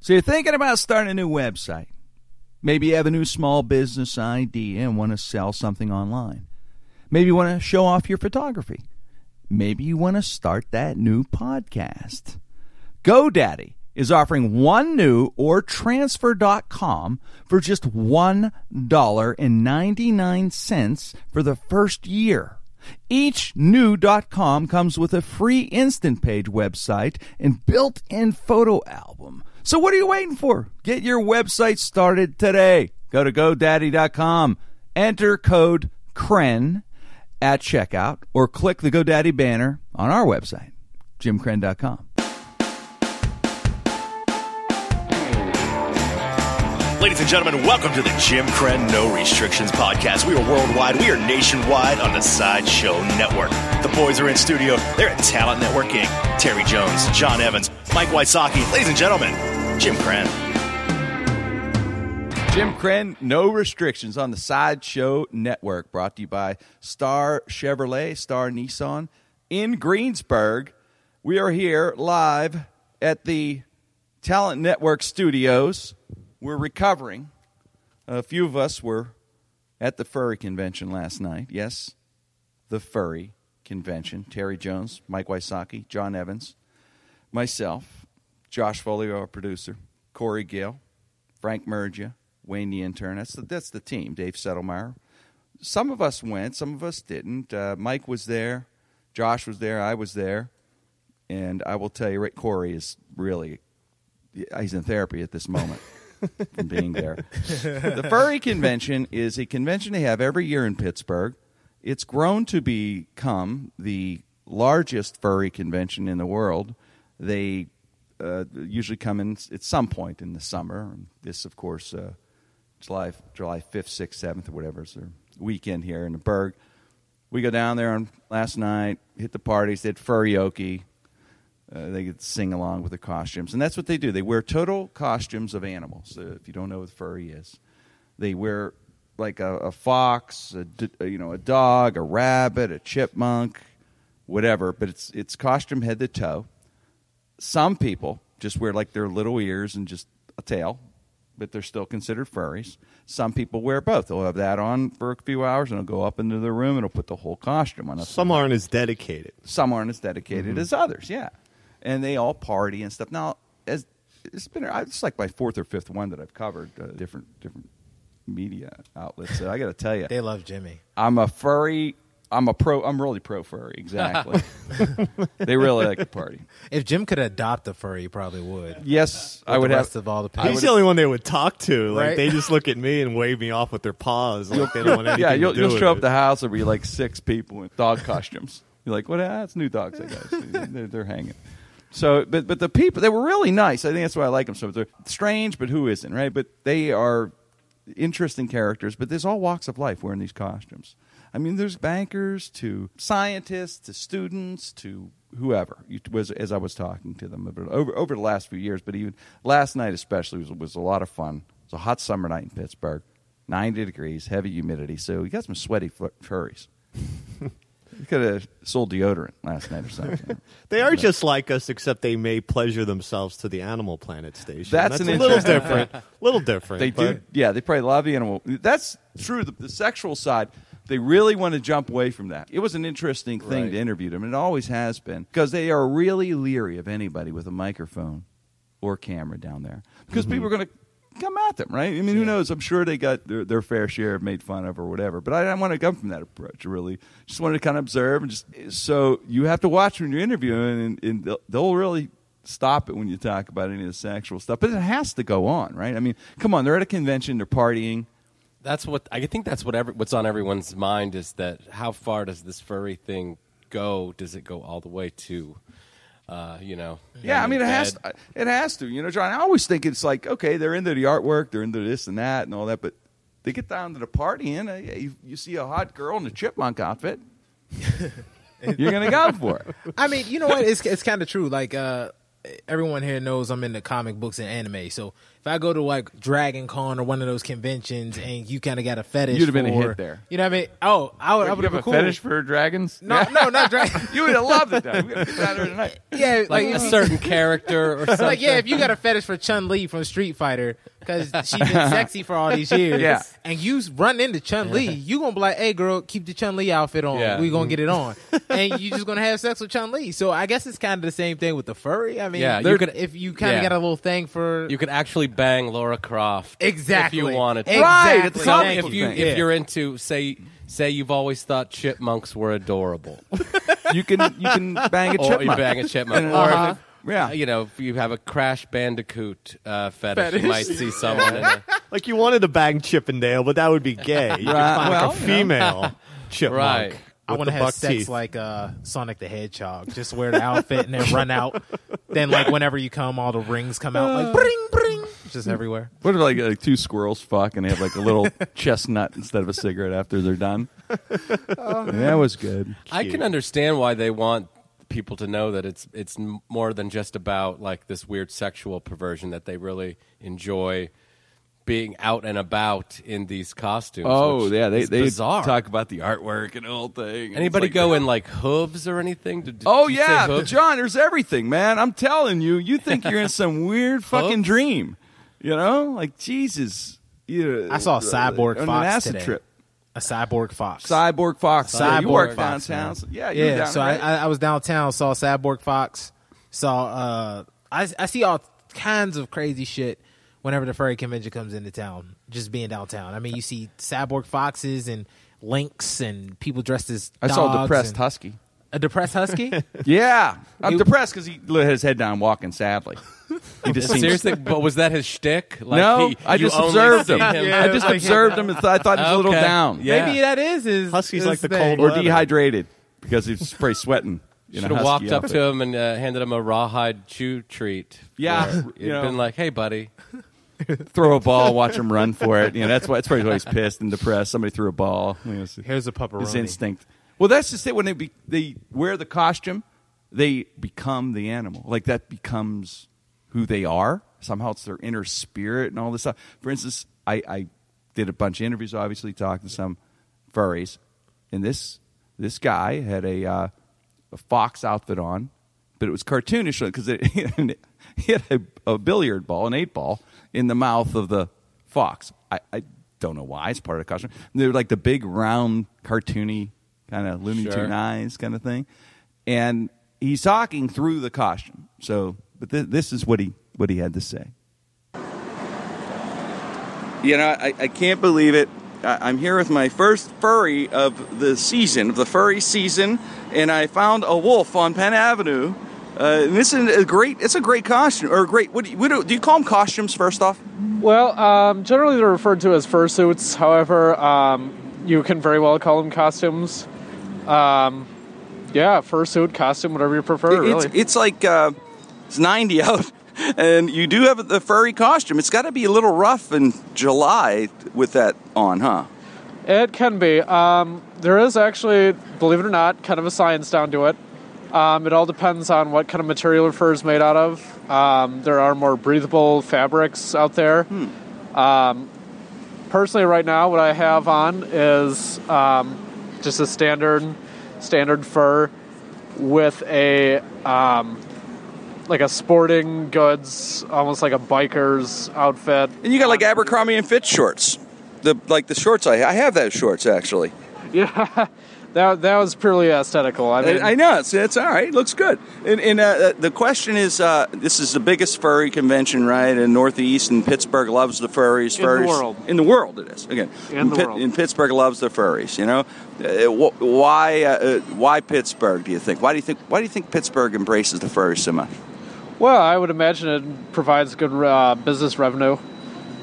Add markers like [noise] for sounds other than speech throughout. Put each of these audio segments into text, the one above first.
So you're thinking about starting a new website. Maybe you have a new small business idea and want to sell something online. Maybe you want to show off your photography. Maybe you want to start that new podcast. GoDaddy is offering one new or transfer.com for just $1.99 for the first year. Each new .com comes with a free instant page website and built-in photo album. So what are you waiting for? Get your website started today. Go to godaddy.com, enter code CREN at checkout or click the GoDaddy banner on our website, jimcren.com. Ladies and gentlemen, welcome to the Jim Crenn No Restrictions Podcast. We are worldwide, we are nationwide on the Sideshow Network. The boys are in studio. They're at Talent Networking. Terry Jones, John Evans, Mike Wysocki. Ladies and gentlemen, Jim Crenn. Jim Crenn, no restrictions on the Sideshow Network, brought to you by Star Chevrolet, Star Nissan in Greensburg. We are here live at the Talent Network studios. We're recovering. A few of us were at the furry convention last night. Yes, the furry convention. Terry Jones, Mike Wysocki, John Evans, myself, Josh Folio, our producer, Corey Gill, Frank Mergia, Wayne the intern. That's the, that's the team. Dave Settlemeyer. Some of us went, some of us didn't. Uh, Mike was there, Josh was there, I was there, and I will tell you, Rick Corey is really he's in therapy at this moment. from being there. the Furry Convention is a convention they have every year in Pittsburgh. It's grown to become the largest furry convention in the world. They uh, usually come in s- at some point in the summer. And this, of course, uh, July July fifth, sixth, seventh, or whatever is their weekend here in the Berg. We go down there on last night, hit the parties, did furioke. Uh, they could sing along with their costumes, and that's what they do. They wear total costumes of animals. Uh, if you don't know what furry is, they wear like a, a fox, a d- a, you know, a dog, a rabbit, a chipmunk, whatever. But it's it's costume head to toe. Some people just wear like their little ears and just a tail, but they're still considered furries. Some people wear both. They'll have that on for a few hours, and they'll go up into the room and they'll put the whole costume on. That's Some aren't as dedicated. Mm-hmm. some aren't as dedicated as others. Yeah, and they all party and stuff. Now, as it's been, I- it's like my fourth or fifth one that I've covered, uh, different different media outlets. So I got to tell you, They love Jimmy. I'm a furry. I'm a pro. I'm really pro furry. [laughs] Exactly. [laughs] they really like to party. If Jim could adopt a furry, he probably would. Yes, I With would the have. rest of all the I He's pets. would- the only one they would talk to. Like Right? they just look at me and wave me off with their paws. Like they don't want [laughs] anything yeah, you'll, to do you'll with show up it. the house there'll be like six people in dog costumes. You're like, what? Ah, it's new dogs, I [laughs] guess. they're, they're hanging. So, but but the people they were really nice. I think that's why I like them so much. They're strange, but who isn't right? But they are interesting characters. But there's all walks of life wearing these costumes. I mean, there's bankers to scientists to students to whoever. You- Was as I was talking to them over over, over the last few years, but even last night especially was was a lot of fun. It's a hot summer night in Pittsburgh. 90 degrees, heavy humidity. So you got some sweaty fl- furries. [laughs] you could have sold deodorant last night or something. They are just like us, except they may pleasure themselves to the Animal Planet station. That's an a little interesting- [laughs] [laughs] different. little different. they do, but- yeah, they probably love the animal. That's true. The, the sexual side, they really want to jump away from that. It was an interesting thing Right. to interview them, and it always has been, because they are really leery of anybody with a microphone or camera down there, because people are going to come at them, right? I mean, who knows? I'm sure they got their, their fair share of made fun of or whatever, but I didn't want to come from that approach. Really, just wanted to kind of observe and just. So you have to watch when you're interviewing, and, and they'll, they'll really stop it when you talk about any of the sexual stuff. But it has to go on, right? I mean, come on, they're at a convention, they're partying. That's what I think. That's what every, what's on everyone's mind is that how far does this furry thing go? Does it go all the way to, uh, you know? Yeah, I having mean, it a has bed? it has to. You know, John, I always think it's like okay, they're into the artwork, they're into this and that and all that, but they get down to the party and uh, yeah, you, you see a hot girl in a chipmunk outfit. You're gonna go for it. I mean, you know what? It's it's kind of true. Like uh, everyone here knows I'm into comic books and anime. So if I go to like Dragon Con or one of those conventions and you kind of got a fetish, You'd have been a for- hit there. You know what I mean? Oh, I would. I would you have been a cool. fetish for dragons? No, no, not Dragon. [laughs] you would have loved it. Though. We're gonna get that out tonight. yeah, like like a certain character or [laughs] something. like yeah, if you got a fetish for Chun Li from Street Fighter because she's been [laughs] sexy for all these years, Yeah. and you run into Chun Li, you gonna be like, "Hey, girl, keep the Chun Li outfit on. Yeah. We gonna get it on," Mm-hmm. and you just gonna have sex with Chun Li. So I guess it's kind of the same thing with the furry. I mean, Yeah, you they're- could- if you kind of yeah. got a little thing for You could actually bang Laura Croft exactly if you wanted to. exactly. Right, it's Some, Comic if book you thing. if you're into say say you've always thought chipmunks were adorable, You can you can [laughs] bang [laughs] a or chipmunk. you bang a chipmunk, And- or Uh-huh. if, Yeah. you know if you have a Crash Bandicoot uh, fetish, you might see someone. [laughs] in a, Like you wanted to bang Chippendale, but that would be gay. You could find well, like a [laughs] female chipmunk. Right. I with want to the have buck sex teeth. like uh, Sonic the Hedgehog. Just wear the outfit and [laughs] then run out. Then, like, whenever you come, all the rings come out Uh. like bring, bring, just everywhere. What if like, like two squirrels fuck and they have like [laughs] a little chestnut instead of a cigarette after they're done? Oh, that was good. I can understand why they want people to know that it's it's m- more than just about like this weird sexual perversion that they really enjoy being out and about in these costumes. Oh which yeah, they is they bizarre. talk about the artwork and the whole thing. Anybody It's like- go in like hooves or anything? Did- did Oh you say yeah, hooves? John. There's everything, man. I'm telling you, you [laughs] think you're in some weird fucking Hooves? dream. You know, like Jesus. You uh, I saw a cyborg on fox an acid today. trip. A cyborg fox. Cyborg fox. Yeah, you Cyborg work fox, downtown. man. Yeah, you were yeah. down So there, I, right? I, I was downtown, saw Cyborg Fox, saw uh, I I see all kinds of crazy shit whenever the furry convention comes into town. Just being downtown, I mean, you see Cyborg Foxes and lynx and people dressed as I saw a dogs depressed and- husky. a depressed husky. [laughs] [laughs] Yeah, I'm It- depressed because he had his head down, walking sadly. He [laughs] just seems- Seriously, but was that his shtick? Like no, he- I you just only observed see him. I just like- observed him. And th- I thought he was a little Okay. down Yeah. Maybe that is his Husky's his like the thing. cold or Whatever. dehydrated because he's probably sweating. in a Should have husky walked up outfit. to him and uh, handed him a rawhide chew treat. Yeah, for it. you It'd know. been like, "Hey, buddy, [laughs] throw a ball, watch him run for it. You know, that's why that's probably why he's pissed and depressed. Somebody threw a ball. You know, it's Here's a pepperoni. his instinct. Well, that's just it. When they be, they wear the costume, they become the animal. Like that becomes who they are. Somehow it's their inner spirit and all this stuff. For instance, I, I did a bunch of interviews, obviously talking to some furries, and this this guy had a uh, a fox outfit on, but it [laughs] was cartoonish because he had a, a billiard ball, an eight ball, in the mouth of the fox. I, I don't know why it's part of the costume. And they were like the big round, cartoony kind of Looney Sure. Tune eyes kind of thing, and he's talking through the costume. So, but th- this is what he what he had to say. You know, I, I can't believe it. I, I'm here with my first furry of the season, of the furry season, and I found a wolf on Penn Avenue. Uh, and this is a great. It's a great costume, or a great. What do you, what do, do you call them? Costumes, first off. Well, um, generally they're referred to as fursuits. However, um, you can very well call them costumes. Um, yeah, fursuit, costume, whatever you prefer. it's really. it's like uh, it's 90 [laughs] out, and you do have the furry costume. It's got to be a little rough in July with that on, huh? It can be. Um, there is actually, believe it or not, kind of a science down to it. Um, it all depends on what kind of material your fur is made out of. Um, there are more breathable fabrics out there. Um, personally, right now, what I have on is um, just a standard, standard fur with a um, like a sporting goods, almost like a biker's outfit. And you got like Abercrombie and Fitch shorts, the like the shorts I I have those shorts actually. [laughs] Yeah, that that was purely aesthetical. I mean, I, I know it's, it's all right. Looks good. And, and uh, uh, the question is, uh, this is the biggest furry convention, right? In Northeast, and Pittsburgh loves the furries. In the Furries world. in the world, it is again. In And the Pitt- world. and Pittsburgh loves the furries. You know, uh, wh- why? Uh, uh, why Pittsburgh? Do you think? Why do you think? Why do you think Pittsburgh embraces the furries so much? well, I would imagine it provides good uh, business revenue.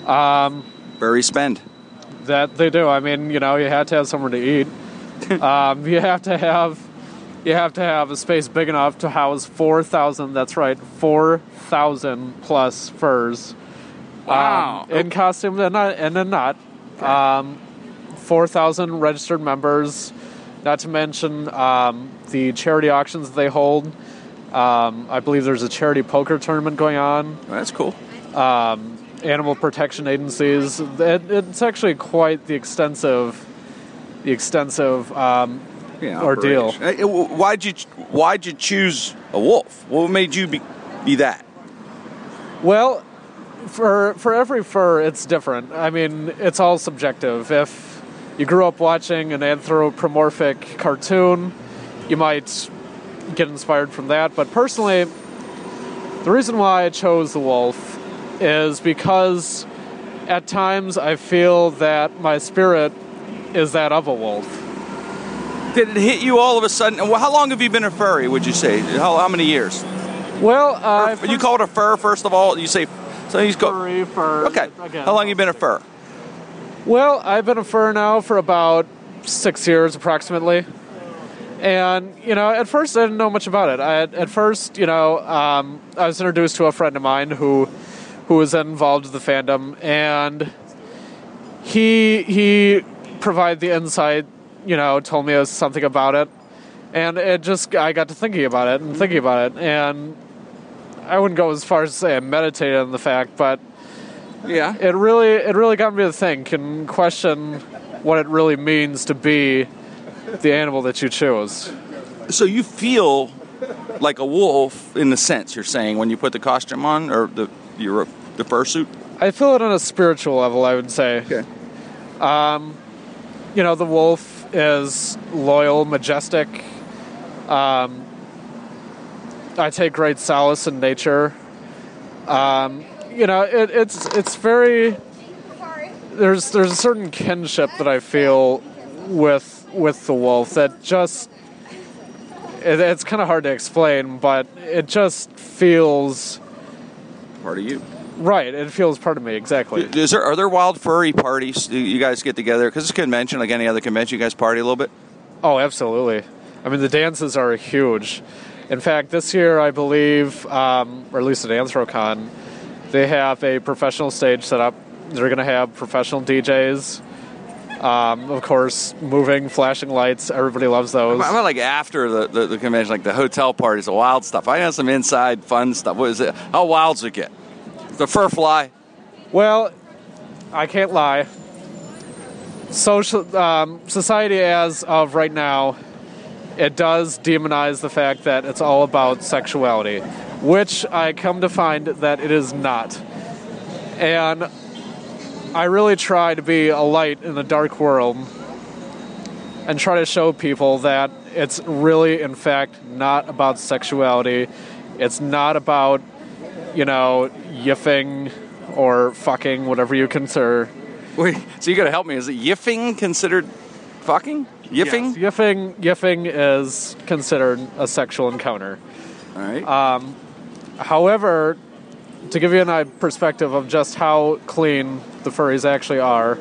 Um, Furry spend. That they do. I mean, you know, you have to have somewhere to eat. um, you have to have you have to have a space big enough to house four thousand. That's right, four thousand plus furs. Um, Wow. in costume and not and then not. Um, four thousand registered members. Not to mention um, the charity auctions that they hold. Um, I believe there's a charity poker tournament going on. Oh, that's cool. um, animal protection agencies. It, it's actually quite the extensive, the extensive. Um, Yeah, Ordeal. operation. Hey, w- Why'd you Why'd you choose a wolf? What made you be be that? well, for for every fur, it's different. I mean, it's all subjective. If you grew up watching an anthropomorphic cartoon, you might get inspired from that. But personally, the reason why I chose the wolf is because at times I feel that my spirit is that of a wolf. Did it hit you all of a sudden? And wh- How long have you been a furry? Would you say? How, how many years? Well, uh, Fur- you call it a fur first of all. You say so. He's called. furry fur. Okay. How long you been a fur? Well, I've been a fur now for about six years, approximately. And you know, at first I didn't know much about it. I, at first, you know, um, I was introduced to a friend of mine who, who was involved with the fandom, and he he provided the insight. You know, told me something about it, and it just I got to thinking about it and thinking about it, and I wouldn't go as far as to say I meditated on the fact, but Yeah. it really it really got me to think and question what it really means to be the animal that you choose. So you feel like a wolf in the sense you're saying when you put the costume on or the your the fursuit. I feel it on a spiritual level, I would say. Um, Okay. You know, the wolf is loyal, majestic. Um, I take great solace in nature. Um, you know, it, it's it's very there's there's a certain kinship that I feel with with the wolf that just it, it's kind of hard to explain, but it just feels Part of you. right. It feels part of me exactly. Is there are there wild furry parties? Do you guys get together? Because it's a convention, like any other convention. You guys party a little bit. Oh, absolutely. I mean, the dances are huge. In fact, this year I believe, um, or at least at Anthrocon, they have a professional stage set up. They're going to have professional DJs. Um, of course, moving, flashing lights. Everybody loves those. How about like after the, the, the convention, like the hotel parties, the wild stuff? I know some inside fun stuff. What is it? How wild's it get? The fur fly. Well, I can't lie. Social um, society, as of right now, it does demonize the fact that it's all about sexuality, which I come to find that it is not. And I really try to be a light in the dark world and try to show people that it's really, in fact, not about sexuality. It's not about you know, yiffing or fucking, whatever you consider. Wait, so you got to help me. Is it yiffing considered fucking? Yiffing? Yiffing, yiffing is considered a sexual encounter. Um, All right. However, to give you an eye perspective of just how clean the furries actually are,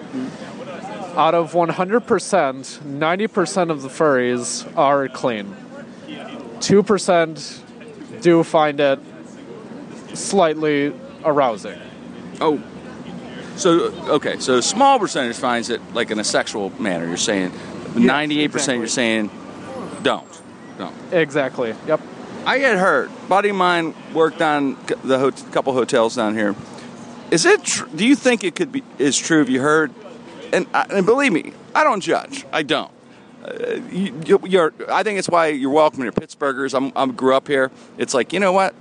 out of 100%, 90% of the furries are clean. 2% do find it slightly arousing. oh. So, okay, so a small percentage finds it like in a sexual manner. You're saying 98% you're exactly. saying don't. Don't. Exactly. Yep. I had heard. Buddy of mine worked on c- the hot couple hotels down here. Is it? Tr- do you think it could be? Is true? Have you heard? And, I, and believe me, I don't judge. I don't. Uh, you, you- you're, I think it's why you're welcome here, Pittsburghers. I'm, I'm grew up here. It's like you know what?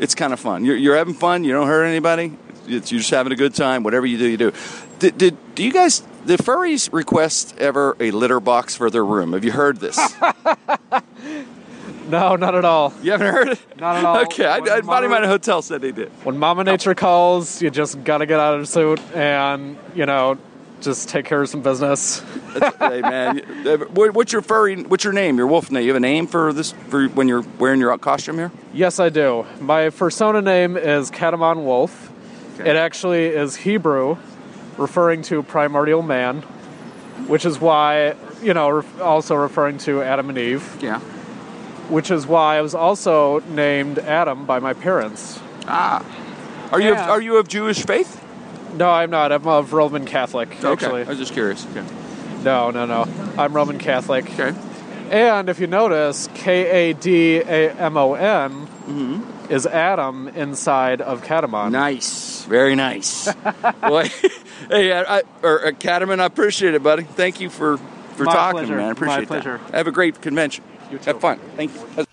It's kind of fun. You're, you're having fun. You don't hurt anybody. It's, you're just having a good time. Whatever you do, you do. Did, did do you guys? Did furries request ever a litter box for their room? Have you heard this? No, not at all. you haven't heard it? Not at all. Okay, I, I, Buddy of mine at a hotel said they did. when Mama Nature calls, you just gotta get out of the suit and you know just take care of some business. hey man, [laughs] you- what- what's your furry? What's your name? Your wolf name? You have a name for this for when you're wearing your costume here? [laughs] Yes, I do. My persona name is Catamon Wolf. It actually is Hebrew, referring to primordial man, which is why you know ref- also referring to Adam and Eve, Yeah. which is why I was also named Adam by my parents. Ah. Are you Yeah. of, are you of Jewish faith? No, I'm not. I'm of Roman Catholic. Okay. Actually, I was just curious. Okay. no, no, no. I'm Roman Catholic. okay. And if you notice, K A D A M O N Mm-hmm. is Adam inside of Catamon. Nice, very [laughs] nice. Boy, [laughs] hey, I, I, or uh, Catamon, I appreciate it, buddy. Thank you for for My talking, pleasure. man. I My appreciate pleasure. that. Have a great convention. You too. Have fun. Thank you.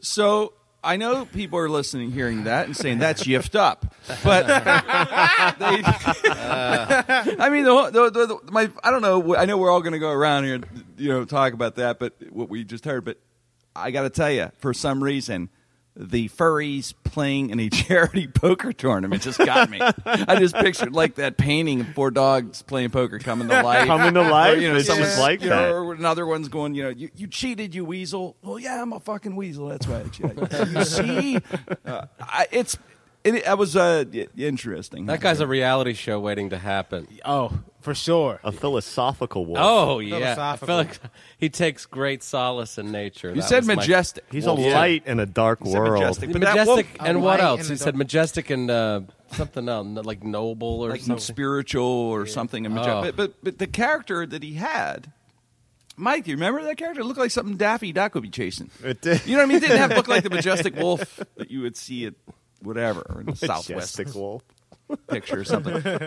So I know people are listening, hearing that, and saying that's yiffed up. But [laughs] they, I mean, the, whole- the, the, the my I don't know. I know we're all going to go around here, you know, talk about that, but what we just heard. But I got to tell you, for some reason. The furries playing in a [laughs] charity poker tournament just got me. I just pictured like that painting of four dogs playing poker [laughs] coming to life. Coming to Or, life? you know, It's someone's just like you know, that. or another one's going, you know, you, you cheated, you weasel. Well, yeah, I'm a fucking weasel. That's right. Yeah. [laughs] you see, uh, I, it's it, that was uh, i- interesting. That guy's a reality show waiting to happen. Oh, for sure. A philosophical wolf. Oh yeah, I Philosophical. feel like he takes great solace in nature. you That said was my- majestic. He's Wolf, a yeah. light in a dark He said world. majestic, [laughs] but that wolf, majestic and A what light else? and He a said majestic and uh, something else, no- like noble or like something. spiritual or something. a maje- Oh. But, but but the character that he had. Mike, you remember that character? It looked like something Daffy Duck would be chasing. It did. You know what I mean? It didn't have look like [laughs] the majestic wolf that you would see at whatever in the Southwest Majestic wolf. picture or [laughs] something. so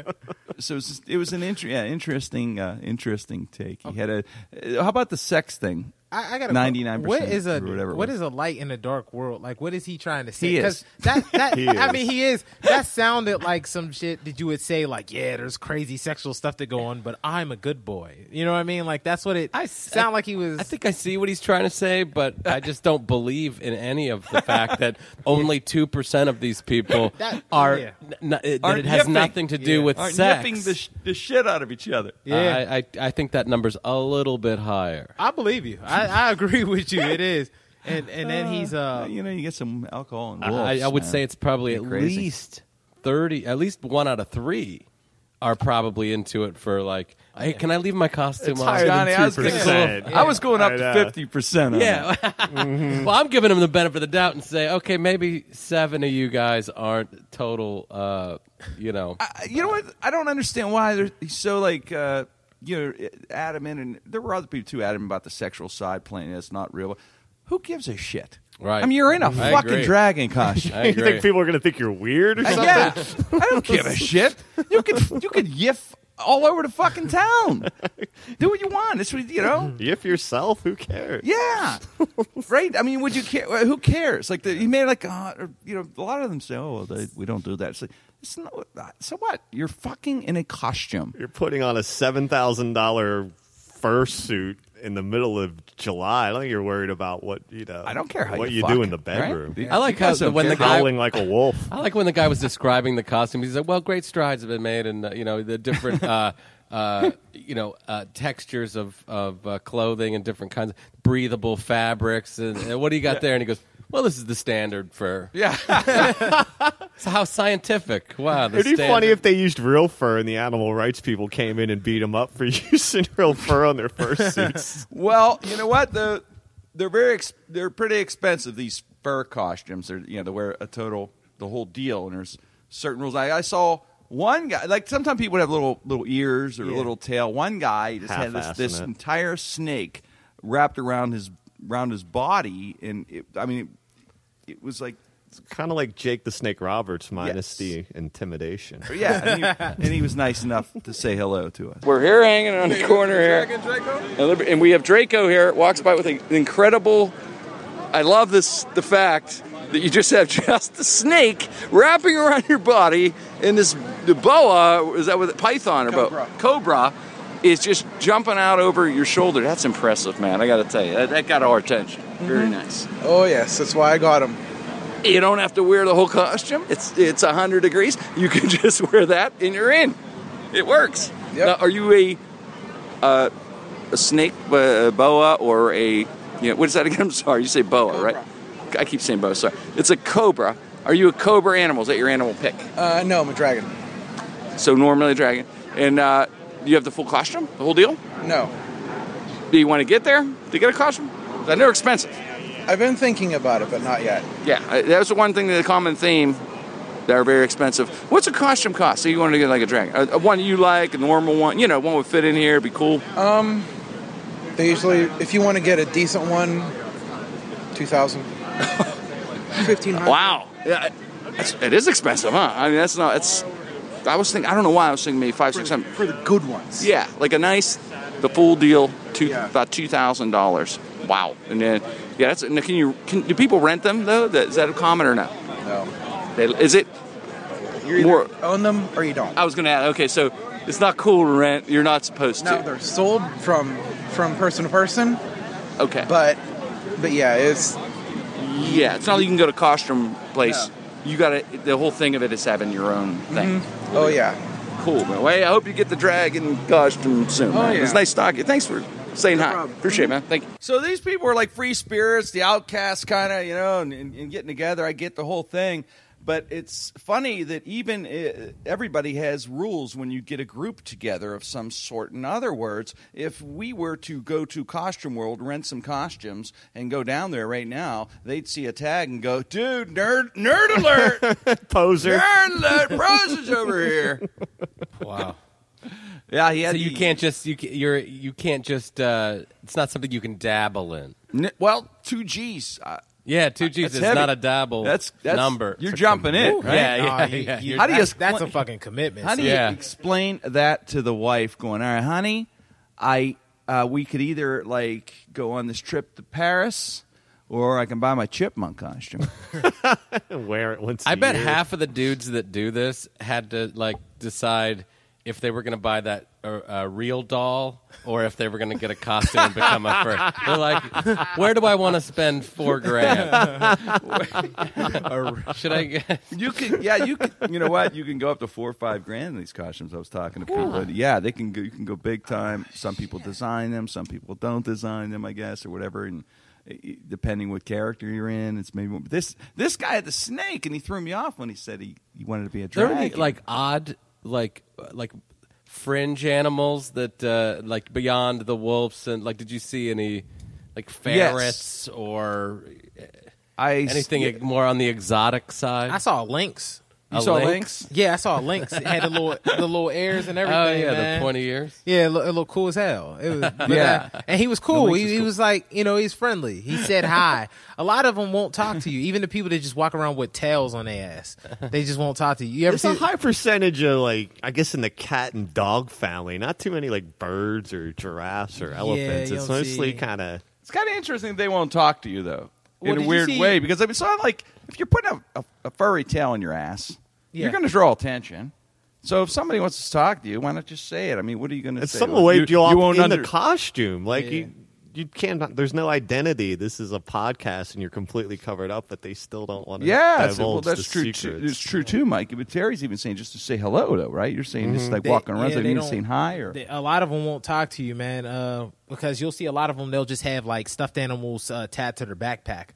it was, just- it was an inter- yeah, interesting, uh, interesting take. He Oh. had a. uh, How about the sex thing? I, I gotta. ninety nine What percent. is a or whatever. it what was. is a light in a dark world? Like, what is [laughs] he trying to say? He 'Cause is. That, that [laughs] He I is. mean, he is. That sounded like some shit that you would say. Like, yeah, there's crazy sexual stuff to go on, but I'm a good boy. You know what I mean? Like, that's what it I s- sound like. He was. I think I see what he's trying to say, but I just don't believe in any of the fact that only two percent of these people That- are yeah. n- n- that Aren't it has yipping. nothing to do Yeah. with Aren't sex. yipping the, sh- the shit out of each other? yeah. I, I I think that number's a little bit higher. I believe you. I, I agree [laughs] with you. It is. And and then he's uh you know, you get some alcohol and I- wolves. I, I would man. say it's probably at Pretty crazy. least thirty, at least one out of three are probably into it for like, hey, can I leave my costume on? higher than Johnny, I was, gonna go, 2%. I was going up I to know. fifty percent. Yeah. [laughs] well, I'm giving him the benefit of the doubt and say, okay, maybe seven of you guys aren't total. Uh, you know, I- you know what? I don't understand why they're he's so like uh, you know adamant, and there were other people too adamant about the sexual side playing. It's not real. Who gives a shit? Right. I mean, you're in a I fucking agree. [laughs] dragon costume. I [laughs] You agree. think people are going to think you're weird or something? yeah, [laughs] I don't give a shit. You could you could yiff all over the fucking [laughs] town. Do what you want. It's what you know. If yourself, who cares? [laughs] Yeah, right. I mean, would you care? Who cares? Like the, you made like uh, or, you know a lot of them say, oh, well, they, we don't do that. It's like it's not. uh, So [laughs] what? [laughs] You're fucking in a costume. You're putting on a seven thousand dollar fursuit in the middle of July. I don't think you're worried about what you know. I don't care how what you you, fuck, do in the right? bedroom. The- I like how That's the, when the okay. guy. Howling like [laughs] a wolf. I like when the guy was describing the costume. He said, "Well, great strides have been made, and uh, you know the different, uh, uh, you know, uh, textures of of uh, clothing and different kinds of breathable fabrics. And, and what do you got there?" And he goes, "Well, this is the standard for [laughs] Yeah. so how scientific. [laughs] Wow, the It'd be standard. funny if they used real fur and the animal rights people came in and beat them up for [laughs] using real fur on [laughs] their fursuits. Well, you know what? The they're very ex- they're pretty expensive. These fur costumes. They're you know they wear a total the whole deal, and there's certain rules. I, I saw one guy like sometimes people have little little ears or a little tail. One guy just had this Half-assing this it. entire snake wrapped around his around his body, and it, I mean it, it was like. kind of like Jake the Snake Roberts Yes. minus the intimidation. Yeah, and he, and he was nice enough to say hello to us. We're here hanging on the corner here. And Liber- And we have Draco here, walks by with an incredible. I love this the fact that you just have [laughs] just the snake wrapping around your body, and this the boa is that with python or boa cobra is just jumping out over your shoulder. That's impressive, man. I got to tell you, that, that got our attention. Very Mm-hmm. nice. Oh yes, that's why I got him. You don't have to wear the whole costume. It's it's hundred degrees. You can [laughs] just wear that, and you're in. It works. Yep. Now, are you a uh, a snake uh, boa or a you know, what is that again? [laughs] I'm sorry. You say boa, right? I keep saying boa. Sorry. It's a cobra. Are you a cobra animal? Is that your animal pick? Uh, no, I'm a dragon. So normally a dragon, and uh, you have the full costume, the whole deal. No, Do you want to get there to get a costume? I know they're expensive. I've been thinking about it, but not yet. Yeah, I- that was the one thing, the common theme. They're very expensive. What's a costume cost? So you want to get like a dragon, a, a one you like, a normal one, you know, one would fit in here, be cool. Um, They usually, if you want to get a decent one, 2000 1500 Wow. Yeah, that's, it is expensive, huh? I mean, that's not. It's. I was thinking. I don't know why I was thinking maybe five, six, seven. For the good ones. Yeah, like a nice, the full deal, two Yeah. about two thousand dollars. Wow. And then, yeah, that's. Now can you? Can, do people rent them though? That, is that a common or no? No. They, is it? You either More- own them or you don't. I was gonna add. Okay, so it's not cool to rent. You're not supposed Now to. they're sold from from person to person, Okay. but but yeah, it's yeah, it's not like you can go to costume place. No. You got to The whole thing of it is having your own thing. oh yeah. Cool, man. Well, hey, I hope you get the dragon costume soon. Oh, man. yeah. It's nice talking. Thanks for saying hi. problem. Appreciate it, man. Thank you. So these people are like free spirits, the outcasts, kind of, you know, and, and, and getting together. I get the whole thing, but it's funny that even uh, everybody has rules when you get a group together of some sort. In other words, if we were to go to Costume World, rent some costumes, and go down there right now, they'd see a tag and go, "Dude, nerd, nerd alert, [laughs] Poser. nerd alert, Bros is [laughs] over here." [laughs] Wow. [laughs] Yeah, he had So you the- can't just you ca- you're you can't just uh, it's not something you can dabble in. N- well, two G's. Uh, Yeah, two G's That's is heavy. not a dabble That's- that's- number. you're jumping in, right? Yeah, No, yeah, you- yeah. you- How do you that's, expl- that's a fucking commitment. How do son. you Yeah. explain that to the wife? Going, all right, honey, I uh, we could either like go on this trip to Paris, or I can buy my chipmunk costume. [laughs] Wear it once. I a bet year. half of the dudes that do this had to like decide if they were going to buy that uh, uh, real doll or if they were going to get a costume and become a fur. They're like, where do I want to spend four grand? [laughs] [laughs] or should I get? you can, yeah, you can. You know what? You can go up to four or five grand in these costumes. I was talking to people. and Yeah, they can. Go, you can go big time. Some people design them. Some people don't design them. I guess or whatever. And uh, depending what character you're in, it's maybe this. This guy had the snake, and he threw me off when he said he, he wanted to be a There dragon. are any, like odd like uh, like fringe animals that uh, like beyond the wolves and like did you see any like ferrets or uh, I, anything more on the exotic side? I saw a lynx. You A saw lynx? links. Yeah, I saw a lynx. It had the [laughs] little the little ears and everything. Oh yeah, man. the pointy ears. Yeah, it looked, it looked cool as hell. It was, but, Yeah. uh, and he was cool. Lynx He, is he cool. was like, you know, he's friendly. He [laughs] said hi. A lot of them won't talk to you. Even the people that just walk around with tails on their ass, they just won't talk to you. You ever It's a see? high percentage of like I guess in the cat and dog family. Not too many like birds or giraffes or elephants. you it's don't mostly see- kind of It's kind of interesting they won't talk to you though, Well, in did a you weird see- way because I mean, so like if you're putting a, a, a furry tail in your ass, you're Yeah. going to draw attention. So if somebody wants to talk to you, why not just say it? I mean, what are you going to It's say? someone Like, waved you, off won't in under- the costume. Like Yeah. you, you can't. There's no identity. This is a podcast, and you're completely covered up. But they still don't want to. Yeah, divulge so- well, that's the true. Too, Secrets. it's true too, Mike. But Terry's even saying just to say hello, though, right? You're saying just Mm-hmm. like They- walking around, yeah, so they you ain't don't- saying hi or They- A lot of them won't talk to you, man, uh, because you'll see a lot of them. They'll just have like stuffed animals uh, tied to their backpack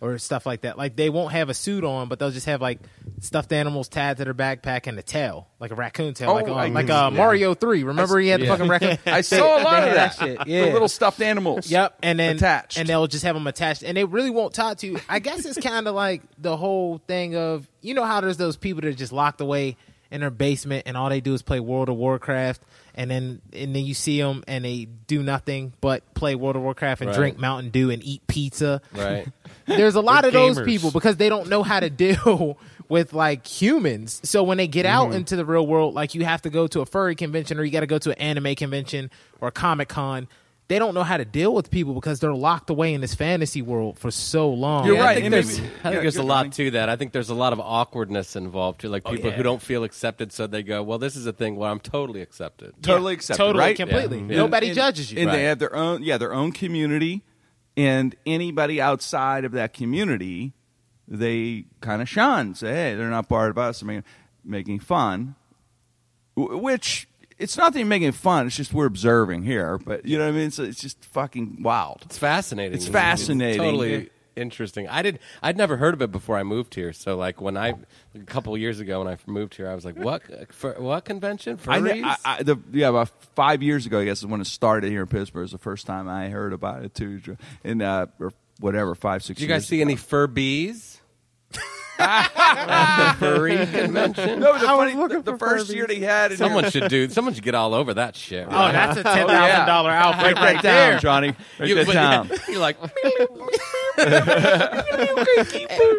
or stuff like that. Like they won't have a suit on, but they'll just have like stuffed animals tied to their backpack and a tail, like a raccoon tail, Oh, like, uh, I like guess, uh, Mario Three. Remember he had the fucking raccoon. [laughs] I saw a lot they had of that. that shit, yeah. The little stuffed animals. Yep, and then attached. and they'll just have them attached, and they really won't talk to you. I guess it's kind of like the whole thing of you know how there's those people that are just locked away in their basement, and all they do is play World of Warcraft, and then and then you see them and they do nothing but play World of Warcraft and Right. drink Mountain Dew and eat pizza. Right. [laughs] There's a lot of They're those gamers. people because they don't know how to deal with like humans. So when they get Mm-hmm. out into the real world, like you have to go to a furry convention or you got to go to an anime convention or a comic con. They don't know how to deal with people because they're locked away in this fantasy world for so long. You're Yeah, right. I think It there's, may be- I think yeah, Oh, there's a good lot point. to that. I think there's a lot of awkwardness involved too. Like people yeah. who don't feel accepted, so they go, "Well, this is a thing where I'm totally accepted." totally accepted, totally, right? completely. Yeah. Nobody And- judges you. and Right. they have their own yeah their own community and anybody outside of that community they kind of shun say hey they're not part of us i mean making fun Wh- which it's not that you're making fun it's just we're observing here but you know what i mean so it's just fucking wild It's fascinating. It's fascinating. totally interesting. I did. I'd never heard of it before I moved here. So like when I a couple years ago when I moved here, I was like, "What? For, what convention? I, Furries?" kn- I, I the, yeah, about five years ago, I guess is when it started here in Pittsburgh. It was the first time I heard about it too, and uh, or whatever five six. Did you guys years see ago. any fur bees? furry convention. No, the, funny, the, the first year they had in Someone here- should [laughs] do. Someone should get all over that shit. Oh, that's a ten thousand dollar outfit right, Write that down, there. Johnny. [laughs] Write You- that down. You're [laughs] like,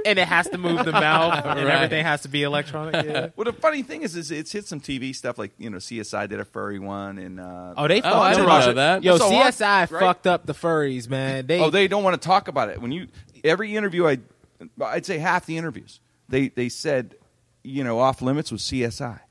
And it has to move the mouth, [laughs] and Right. everything has to be electronic. Yeah. Well, the funny thing is, is it's hit some TV stuff like you know CSI did a furry one, and uh, Oh, they oh, I fucked didn't up. know that. Yo, So what? CSI fucked up the furries, man. They, oh, they don't want to talk about it. When you every interview, I I'd say half the interviews they they said you know off limits was CSI.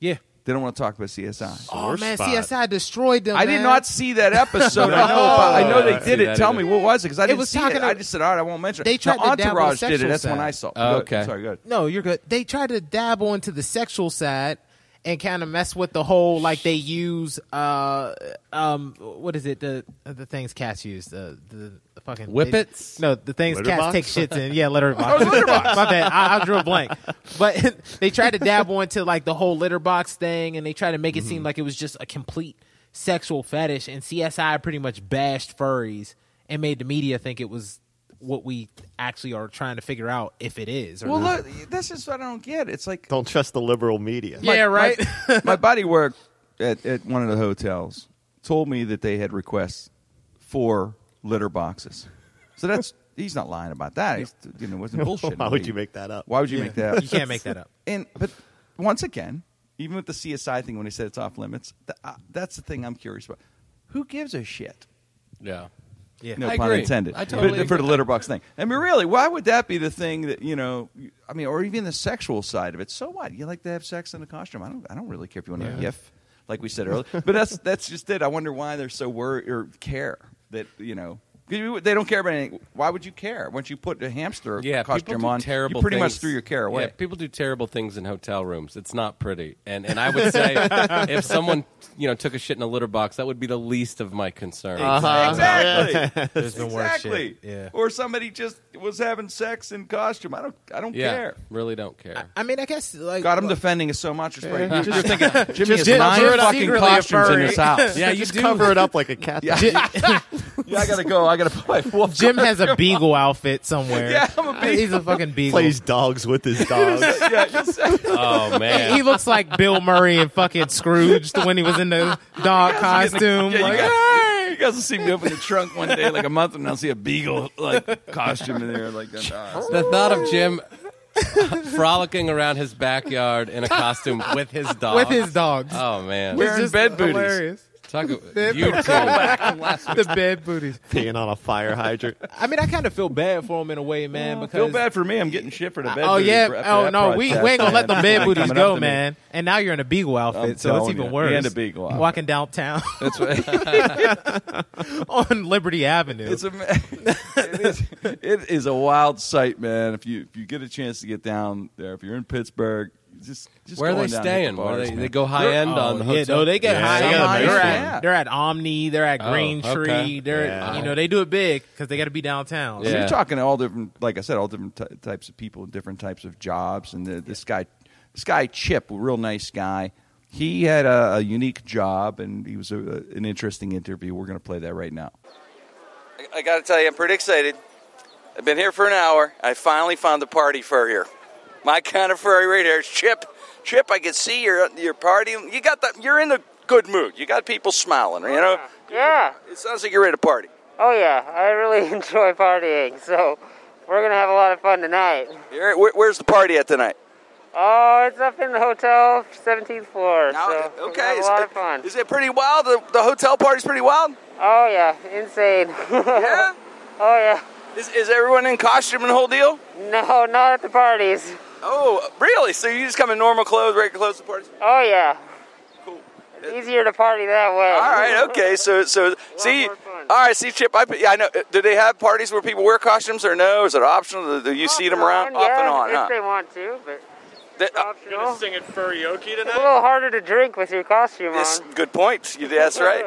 yeah. They don't want to talk about CSI. Oh Sore man, spot. CSI destroyed them. I did man. not see that episode. [laughs] I know, about, I know I they see did it. that Tell either. me what was it because I didn't was see talking it. I ab- just said, all right, I won't mention. it. They tried to now, dabble Entourage did it. sexual That's when side. I saw. it. Oh, Go- okay. sorry, good. No, you're good. They tried to dabble into the sexual side and kind of mess with the whole like they use uh um what is it the the things cats use the the, the fucking Whippets? no the things Litter cats box? take shits in yeah litter box my bad I, I drew a blank but [laughs] they tried to dabble into like the whole litter box thing and they tried to make it seem like it was just a complete sexual fetish and CSI pretty much bashed furries and made the media think it was what we actually are trying to figure out if it is or Well, not. look, this is what I don't get. It's like Don't trust the liberal media. yeah, right. [laughs] my buddy worked at, at one of the hotels told me that they had requests for litter boxes so that's [laughs] he's not lying about that he's, you know [laughs] wasn't bullshit Why would you make that up? why would you make that up? you can't make that up. [laughs] and but once again even with the csi thing when he said it's off limits th- uh, that's the thing i'm curious about who gives a shit yeah. Yeah. no I pun agree. intended. I totally But for the agree. litter box thing. I mean, really, why would that be the thing that you know? I mean, or even the sexual side of it. So what? You like to have sex in a costume? I don't. I don't really care if you want to gif, like we said earlier. but that's that's just it. I wonder why they're so worried or care that you know. 'cause you- They don't care about anything. Why would you care? Once you put a hamster Yeah, people costume do on, terrible. you pretty much things. threw your care Yeah, away. people do terrible things in hotel rooms. It's not pretty. And and I [laughs] would say if someone you know took a shit in a litter box, that would be the least of my concern. Uh-huh. Exactly. [laughs] There's been worse exactly. shit. Yeah. Or somebody just was having sex in costume. I don't. I don't Yeah, care. really don't care. I mean, I guess like God, I'm defending it so much. It's right. [laughs] Just thinking, Jimmy Just has cover nine it up. fucking Secretly a costumes in furry. his [laughs] house. Yeah, you just do. cover it up like a cat. Yeah. Yeah, I gotta go. I gotta play. Wolf. Jim has [laughs] a beagle outfit somewhere. Uh, Yeah, I'm a beagle. He's a fucking beagle. [laughs] Plays dogs with his dogs. Yeah, [laughs] yes. Oh man. He looks like Bill Murray and fucking Scrooge when he was in the dog costume. Yeah, you, like, guys, you guys will see me open the trunk one day, like a month, and I'll see a beagle like costume in there, [laughs] like that. Ah, The thought of Jim [laughs] frolicking around his backyard in a costume with his [laughs] dog. with his dogs. Oh man. Wearing just bed booties. hilarious. [laughs] Talk you two. The bed booties. peeing on a fire hydrant. I mean, I kind of feel bad for him in a way, man. because Feel bad for me. I'm getting shit for the bed. oh booty yeah, for- after oh that no, we, we podcast, ain't gonna let man. the bed Coming booties up go, to me. man. And now you're in a beagle outfit, I'm so it's telling even you. worse. And a beagle outfit. walking downtown [laughs] That's what, on Liberty Avenue. it's a, [laughs] it, is, it is a wild sight, man. If you if you get a chance to get down there, if you're in Pittsburgh, just just Where are go they on down, hit the staying? Where bars, they, man. they go high end on the Oh, yeah, hotel. no, they get high. they end. got a nice they're, one. at, they're at Omni. They're at Oh, Green okay. Tree. They're Yeah. you know they do it big because they got to be downtown. Yeah. You're talking to all different, like I said, all different ty types of people, different types of jobs. And the, this guy, this guy Chip, a real nice guy. He had a, a unique job, and he was a, an interesting interview. We're going to play that right now. I, got to tell you, I'm pretty excited. I've been here for an hour. I finally found the party fur here. My kind of furry right here. It's Chip. Chip, I can see you're you're partying. You got the you're in a good mood. You got people smiling. You know, Yeah. it sounds like you're ready to party. Oh yeah. I really [laughs] enjoy partying, so we're gonna have a lot of fun tonight. You're, where, where's the party at tonight? Oh, it's up in the hotel, 17th floor. Now, so we're gonna okay, have a is, lot of fun. is it pretty wild? The, the hotel party's pretty wild. Oh yeah, insane. [laughs] yeah. Yeah. Oh yeah. Is, is everyone in costume and the whole deal? No, not at the parties. Oh, really? So you just come in normal clothes, regular clothes to parties? Oh yeah. Cool. It's easier to party that way. All right. Okay. So [laughs] so see. more fun. All right. See, Chip. I yeah. I know. uh, Do they have parties where people wear costumes or no? Is it optional? Do, do you see them around yeah, off and on? If Huh? they want to, but That- uh, optional. It's Sing at karaoke a little harder to drink with your costume this- on. good point. You- That's right.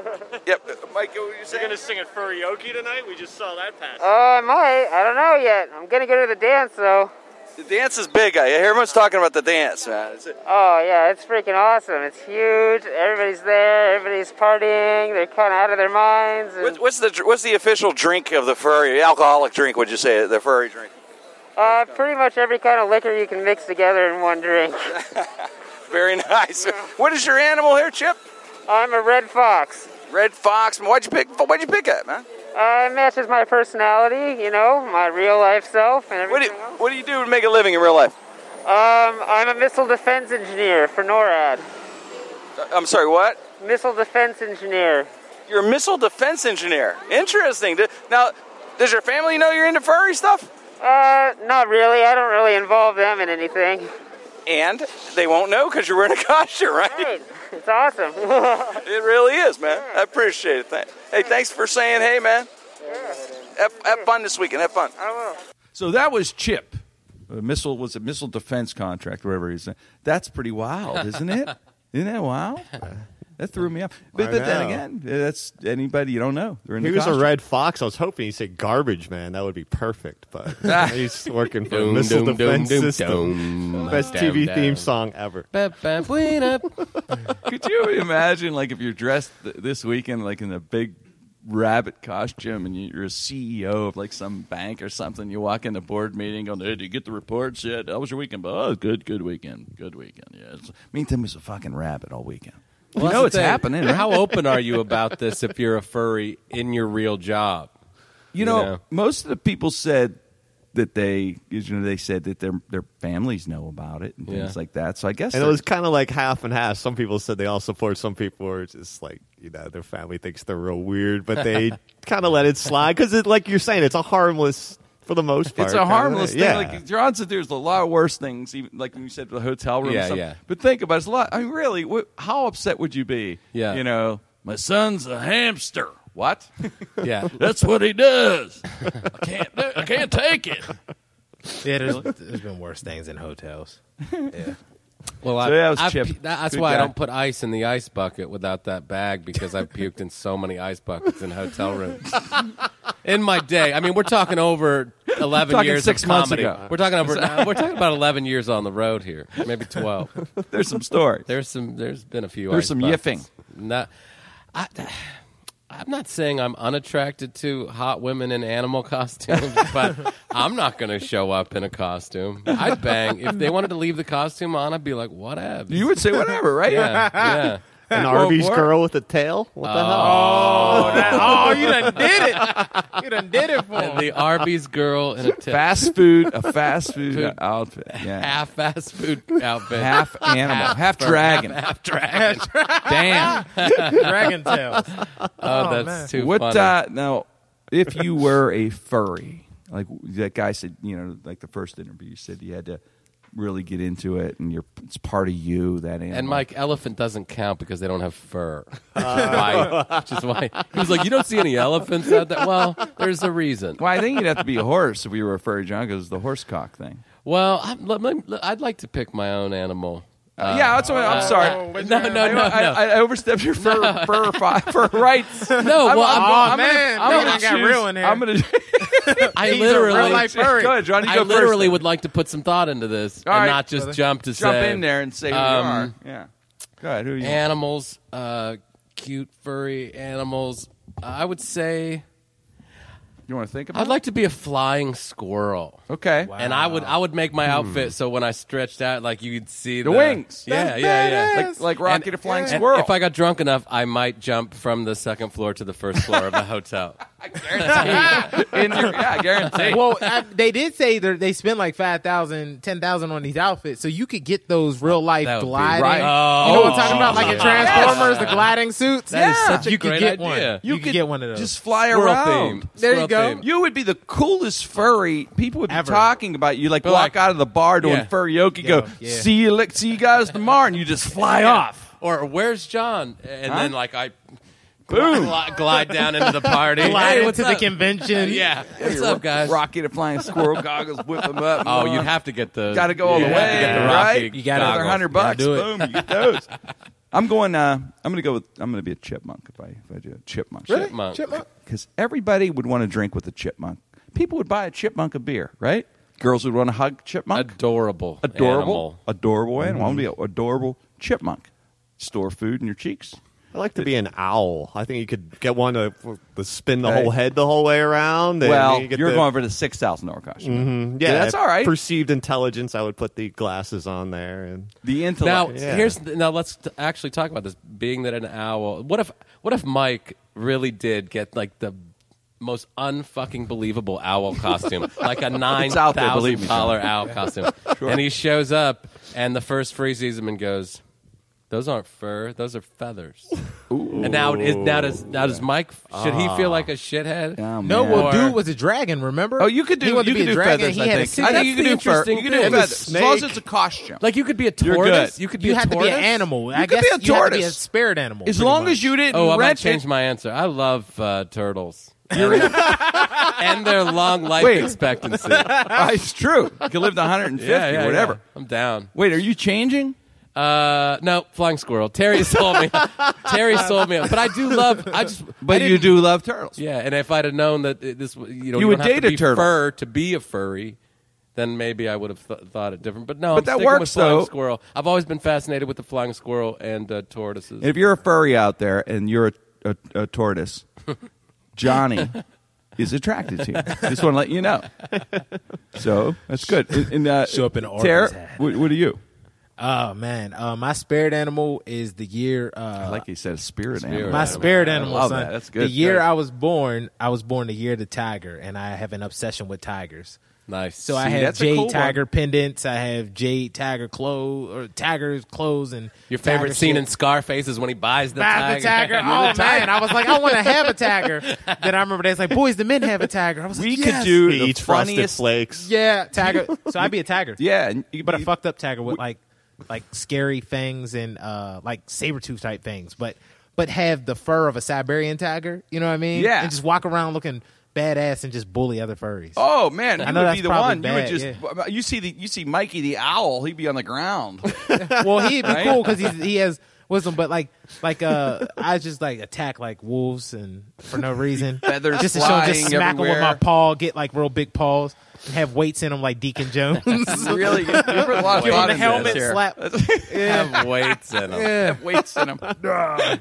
Yep. Mike, what were you saying? sing at karaoke tonight? We just saw that pass. [laughs] Oh, I might. I don't know yet. I'm gonna go to the dance though. The dance is big. I hear everyone's talking about the dance, man. Is it- Oh yeah, it's freaking awesome. It's huge. Everybody's there. Everybody's partying. They're kind of out of their minds. and- What, what's the dr- what's the official drink of the furry alcoholic drink? Would you say the furry drink? Uh, pretty much every kind of liquor you can mix together in one [laughs] drink. Very nice. What is your animal here, Chip? [laughs] I'm a red fox. Red fox. Why'd you pick? Why'd you pick it, man? Uh, it matches my personality, you know, my real life self and What do, everything. else. what do you do to make a living in real life? Um, I'm a missile defense engineer for NORAD. Uh, I'm sorry, what? Missile defense engineer. You're a missile defense engineer. Interesting. D- Now, does your family know you're into furry stuff? Uh, not really. I don't really involve them in anything. And they won't know because [laughs] you're wearing a [laughs] costume, [laughs] right? Great. It's awesome. [laughs] It really is, man. I appreciate it. Thank- Hey, thanks for saying hey, man. Have, have fun this weekend. Have fun. I will. So that was Chip. A missile was a missile defense contract, wherever he's. That's pretty wild, [laughs] isn't it? isn't that wild? That threw me off. But, I but then know. again, that's anybody you don't know. They're in He the was a costume. red fox. I was hoping he said garbage man. That would be perfect, [laughs] but Ah. he's working for a Doom, missile doom, defense doom, doom, system. doom. [laughs] Best Down, TV down. theme song ever. Ba-ba-bwee-da. Could you imagine, like, if you're dressed th- this weekend, like in a big rabbit costume, and you- you're a CEO of like some bank or something? You walk into board meeting, going, "Hey, did you get the reports yet? How was your weekend?" But oh, good, good weekend, good weekend. Yes. Meantime, was a fucking rabbit all weekend. Well, you know that's it's the thing. happening. Right? How open are you about this if you're a furry in your real job? [laughs] you know, know? most of the people said that they, you know, they said that their their families know about it and things Yeah. like that. So I guess And it they're- was kind of like half and half. Some people said they all support. Some people were just like, you know, their family thinks they're real weird, [laughs] but they kind of let it slide because, it, like you're saying, it's a harmless for the most part. It's a kinda harmless thing. Yeah. Like John said, there's a lot worse things. Even like when you said the hotel room. or Yeah, something. yeah. But think about it. It's a lot. I mean, really, wh- how upset would you be? Yeah. You know, my son's a hamster. What? [laughs] Yeah. [laughs] That's what he does. I can't. Do, I can't take it. Yeah, [laughs] there's, there's been worse things in hotels. Well, I, So that was I've Chip. pu- that- that's Good why guy. I don't put ice in the ice bucket without that bag because I've puked in so many ice buckets in hotel [laughs] rooms in my day. I mean, we're talking over eleven Talking years six of months comedy. ago. We're talking over. we're talking about eleven years on the road here, maybe twelve. [laughs] There's some stories. There's some. There's been a few. There's ice some buckets. yiffing. No, I, I'm not saying I'm unattracted to hot women in animal [laughs] costumes, but I'm not going to show up in a costume. I'd bang if they wanted to leave the costume on. I'd be like, whatever. you would say [laughs] whatever, right? yeah, yeah. An [laughs] Well, Arby's what? girl with a tail? What the [laughs] oh, you done did [laughs] it. You done did it for And the Arby's girl in a t- Fast food. A fast food outfit. Yeah. half fast food outfit. Half animal, half, dragon, half, dragon. Damn. Dragon Tales. oh, that's man. too What funny. uh, now? If [laughs] you were a furry, like that guy said, you know, like the first interview, you said you had to really get into it, and you're it's part of you that animal. and Mike, elephant doesn't count because they don't have fur. Which is, [laughs] Uh, why, which is why he was like, "You don't see any elephants out there." Well, there's a reason. Well, I think you'd have to be a horse if you were a furry, John, because the horse cock thing. Well, I'm, let, let, let- I'd like to pick my own animal. Uh, yeah, that's what I'm oh, sorry. no, no, no, no. I, I, I overstepped your fur fur, [laughs] fi- fur rights. no, well, I'm, Oh, I'm, man. I'm No, gonna I got choose- real in here. I'm gonna. [laughs] I He's a literally, real-life furry. Go ahead, John. You I go literally first. would like to put some thought into this All and right, not just brother. jump to jump say in there and say who um, you are. Yeah. Go ahead. Who are you? animals, uh, cute furry animals. I would say you want to think about? I'd like to be a flying squirrel. it? Okay. And I would I would make Hmm. my outfit so when I stretched out, like you could see the, wings. Yeah, yeah, yeah. Like like Rocky And- the Flying And Squirrel. If I got drunk enough, I might jump from the second floor to the first floor of [laughs] the hotel. [laughs] in your, yeah, guarantee. Well, I, they did say that they spend like 5,000, 10,000 on these outfits, so you could get those real life That would be gliding. right. Oh, You know what I'm talking about? Like in yeah. Transformers, the gliding suits. That is such a you great could get idea. one. You, You could, get one of those. Just fly Squirrel around. theme. There you Squirrel go. theme. You would be the coolest furry. People would be Ever. talking about you. Like But walk like- out of the bar doing Yeah. furry yoke and go, Yo, yeah. "See you, li- see you guys tomorrow," and you just fly off. Or where's John? And Huh? then like I glide, glide down into the party. glide Hey, into what's the up? convention. Yeah. What's Ro- up, guys? Rocky the flying squirrel goggles, whip them up. Oh, you'd have to get the got to go all you'd the way. have to get the Rocky right? You gotta- goggles. another hundred bucks. do it. Boom, you [laughs] get those. I'm going. Uh, I'm going to go with. I'm going to be a chipmunk if I if I do a chipmunk. Really? Chipmunk. because everybody would want to drink with a chipmunk. People would buy a chipmunk a beer, right? Girls would want to hug chipmunk. Adorable. adorable, animal. adorable animal. I want to be an adorable chipmunk. Store food in your cheeks. I like to be an owl. I think you could get one to, to spin the Hey. whole head the whole way around. And Well, you get you're the- Mm-hmm. going for the six thousand dollar costume. yeah, that's all right. Perceived intelligence. I would put the glasses on there, and The Now intellect. Yeah. here's now let's t- actually talk about this. Being that an owl, what if what if Mike really did get like the most unfucking believable owl [laughs] costume, like a nine out there, thousand believe me, dollar owl costume, and he shows up and the first free sees him and goes, "Those aren't fur; those are [laughs] feathers." And now it is now does now does Mike should he feel like a shithead? Oh, Ah. No, man. Or- well, dude was a dragon. Remember? Oh, you could do. He wanted you to could be a do dragon. feathers. he I had think. a suit. I think you could That's do the fur. interesting You could do thing. feathers as long as [laughs] snake. it's a costume. Like you could be a You're tortoise. good. You could be You a had to be tortoise. an animal. I You could guess be you a had to be a tortoise. spirit animal. as pretty long much. as you didn't Oh, I might rent change it. my answer. I love uh, [laughs] turtles [laughs] and their long life Wait. [laughs] expectancy. yeah, Ah, it's true. You could live to 150 [laughs] yeah, or whatever. yeah. I'm down. Wait, are you changing? Uh, no, flying squirrel. Terry sold [laughs] me. Terry sold me. But I do love. I just. I But you didn't- do love turtles. Yeah, and if I'd have known that it- this, w- you know, You you, would don't have date to a be turtle. fur to be a furry. Then maybe I would have th- thought it different, but no. But I'm that sticking works, with flying though. squirrel. I've always been fascinated with the flying squirrel and uh, tortoises. If you're a furry out there and you're a, a, a tortoise, Johnny is attracted to you. Just want to let you know. So that's good. And, and, uh, Show up in an Tara, Orbeez hat. what, what are you? Oh man, uh, my spirit animal is the year. Uh, I like you said, spirit, Spirit. animal. my spirit I animal, love son. that. That's good. The year Good. I was born, I was born the year of the tiger, and I have an obsession with tigers. nice. So I have that's a jade cool one. tiger pendants. I have jade tiger clothes or tiger's clothes and Your favorite tiger scene shit. in Scarface is when he buys the Buy the [laughs] tiger. Oh man, I was like, I want to have a tiger. Then I remember they was like, boys, the men have a tiger. I was We like, could yes. do he the eats frosted funniest. flakes. yeah, tiger. [laughs] So I'd be a tiger. Yeah, and you could but be- a fucked up tiger with like like scary fangs and uh like saber tooth type things, but but have the fur of a Siberian tiger. You know what I mean? Yeah. and just walk around looking badass and just bully other furries. Oh man, you know would that's be the probably one. bad, you would just you see the you see Mikey the owl. He'd be on the ground. [laughs] well, [laughs] he'd be Right? cool because [laughs] he has wisdom, but like like uh, I just like attack like wolves and for no reason, [laughs] Feathers just to show, just flying smack them with my everywhere. paw, get like real big paws, and have weights in them like Deacon Jones. [laughs] really, you put a lot of Give him thought the into helmet this here. [laughs] slap. have weights in [laughs] him. Have weights [laughs] in him.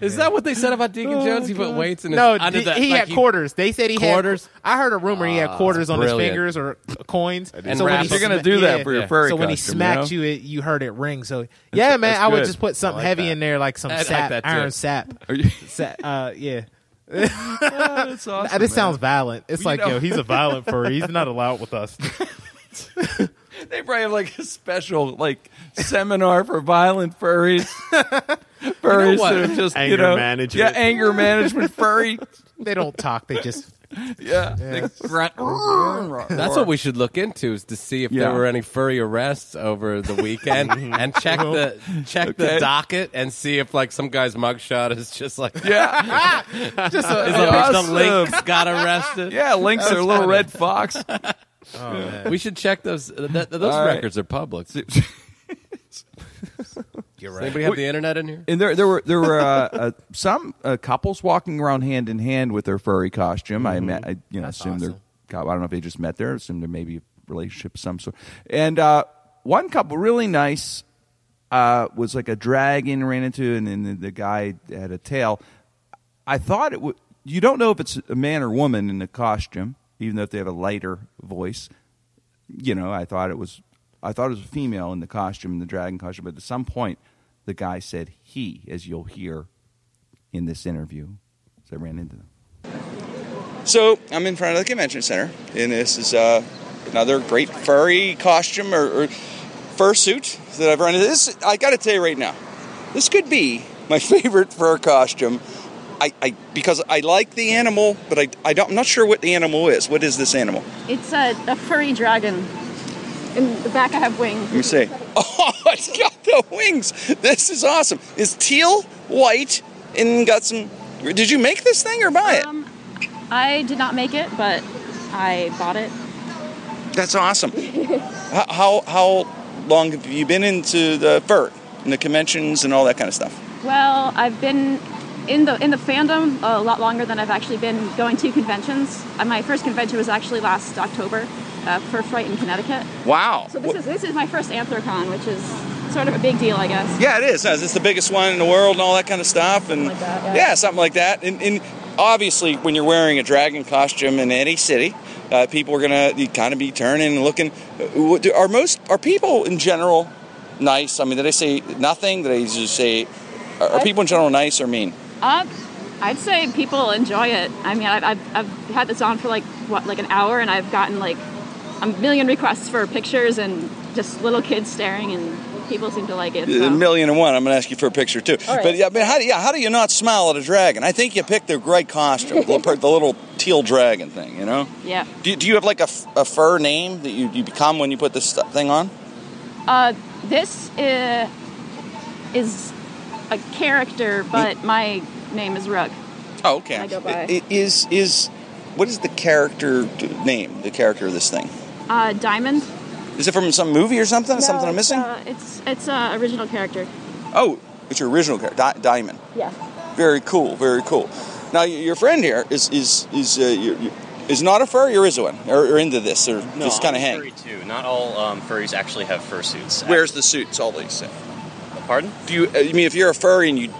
Is that what they said about Deacon Jones? He put weights in his No, under he, the- he like had quarters. They said he Quarters? had I heard a rumor he had quarters on his brilliant. fingers or coins. And when wraps. he You're gonna sma- do that for your furry So when he costume, smacked you you, it you heard it ring. So yeah, man, that's I would good. just put something like heavy that. in there like some I like sap, that too. iron sap. Are you, [laughs] Sa- uh, yeah. [laughs] that's awesome. this man. sounds violent. It's Well, you like, know- yo, he's a violent furry. He's not [laughs] allowed with us. They probably have like a special like seminar for violent [laughs] furries. furries what? that are just you Anger know management. Yeah, anger management furry. they don't talk. They [laughs] just Yeah, They [laughs] grunt. That's what we should look into is to see if Yeah. Mm-hmm. there were any furry arrests over the [laughs] weekend and check the check Okay. the docket and see if like some guy's mugshot is just [laughs] like [laughs] Yeah, just a, is Awesome. the links got arrested. yeah. Links are a little [laughs] red fox. Oh, We should check those that, those All right. records are [laughs] public. Does You're anybody have the internet in here? And there, there were there were uh, [laughs] uh, some uh, couples walking around hand in hand with their furry costume. I Mm-hmm. met, I you know, assume they're. awesome. co- I don't know if they just met there. I assume they're maybe a relationship of some sort. And uh, one couple, really nice, uh, was like a dragon ran into, and then the- the guy had a tail. I thought it would. You don't know if it's a man or woman in the costume, even though if they have a lighter voice. You know, I thought it was. I thought it was a female in the costume, in the dragon costume. But at some point, the guy said he, as you'll hear in this interview. So I ran into them. So I'm in front of the convention center, and this is uh, another great furry costume or, or fursuit that I've run into. This, I gotta tell you right now, this could be my [laughs] favorite fur costume. I, I because I like the animal, but I, I don't, I'm not sure what the animal is. What is this animal? It's a, a furry dragon. In the back, I have wings. Let me see. [laughs] Oh, it's got the wings. This is awesome. It's teal, white, and got some. Did you make this thing or buy it? Um, I did not make it, but I bought it. That's awesome. how, how how long have you been into the fur and the conventions and all that kind of stuff? Well, I've been in the in the fandom a lot longer than I've actually been going to conventions. Uh, My first convention was actually last October, uh, Fur Fright in Connecticut. Wow. So this is this is my first Anthrocon, which is sort of a big deal, I guess. Yeah, it is. It's the biggest one in the world and all that kind of stuff. And Something like that, yeah. yeah. something like that. And, and obviously, when you're wearing a dragon costume in any city, uh, people are gonna kind of be turning and looking. Uh, what do- Are most are people in general nice? I mean, did I say nothing? Did I just say are, are people in general nice or mean? Uh, I'd say people enjoy it. I mean, I've, I've, I've had this on for like what, like an hour, and I've gotten like a million requests for pictures and just little kids staring, and people seem to like it. A so. million and one. I'm gonna ask you for a picture too. All right. But yeah, I mean, how do, yeah, how do you not smile at a dragon? I think you picked the right costume, the, the little teal dragon thing. You know. Yeah. Do, do you have like a, f- a fur name that you, you become when you put this stu- thing on? Uh, this uh, is a character, but my name is Rug. Oh, okay. I go by. I- i- is is what is the character d- name? The character of this thing Uh, Diamond. is it from some movie or something? something I'm it's, missing? Uh, it's it's uh, original character. oh, it's your original character, Di- Diamond. Yeah. Very cool. Very cool. Now y- your friend here is is is uh, you you- is not a furry or is one or, or into this or No, just kind I'm of a hang. Furry too. Not all um, furries actually have fursuits. Where's the suits? All these. things? Pardon? Do you? uh, I mean, if you're a furry and you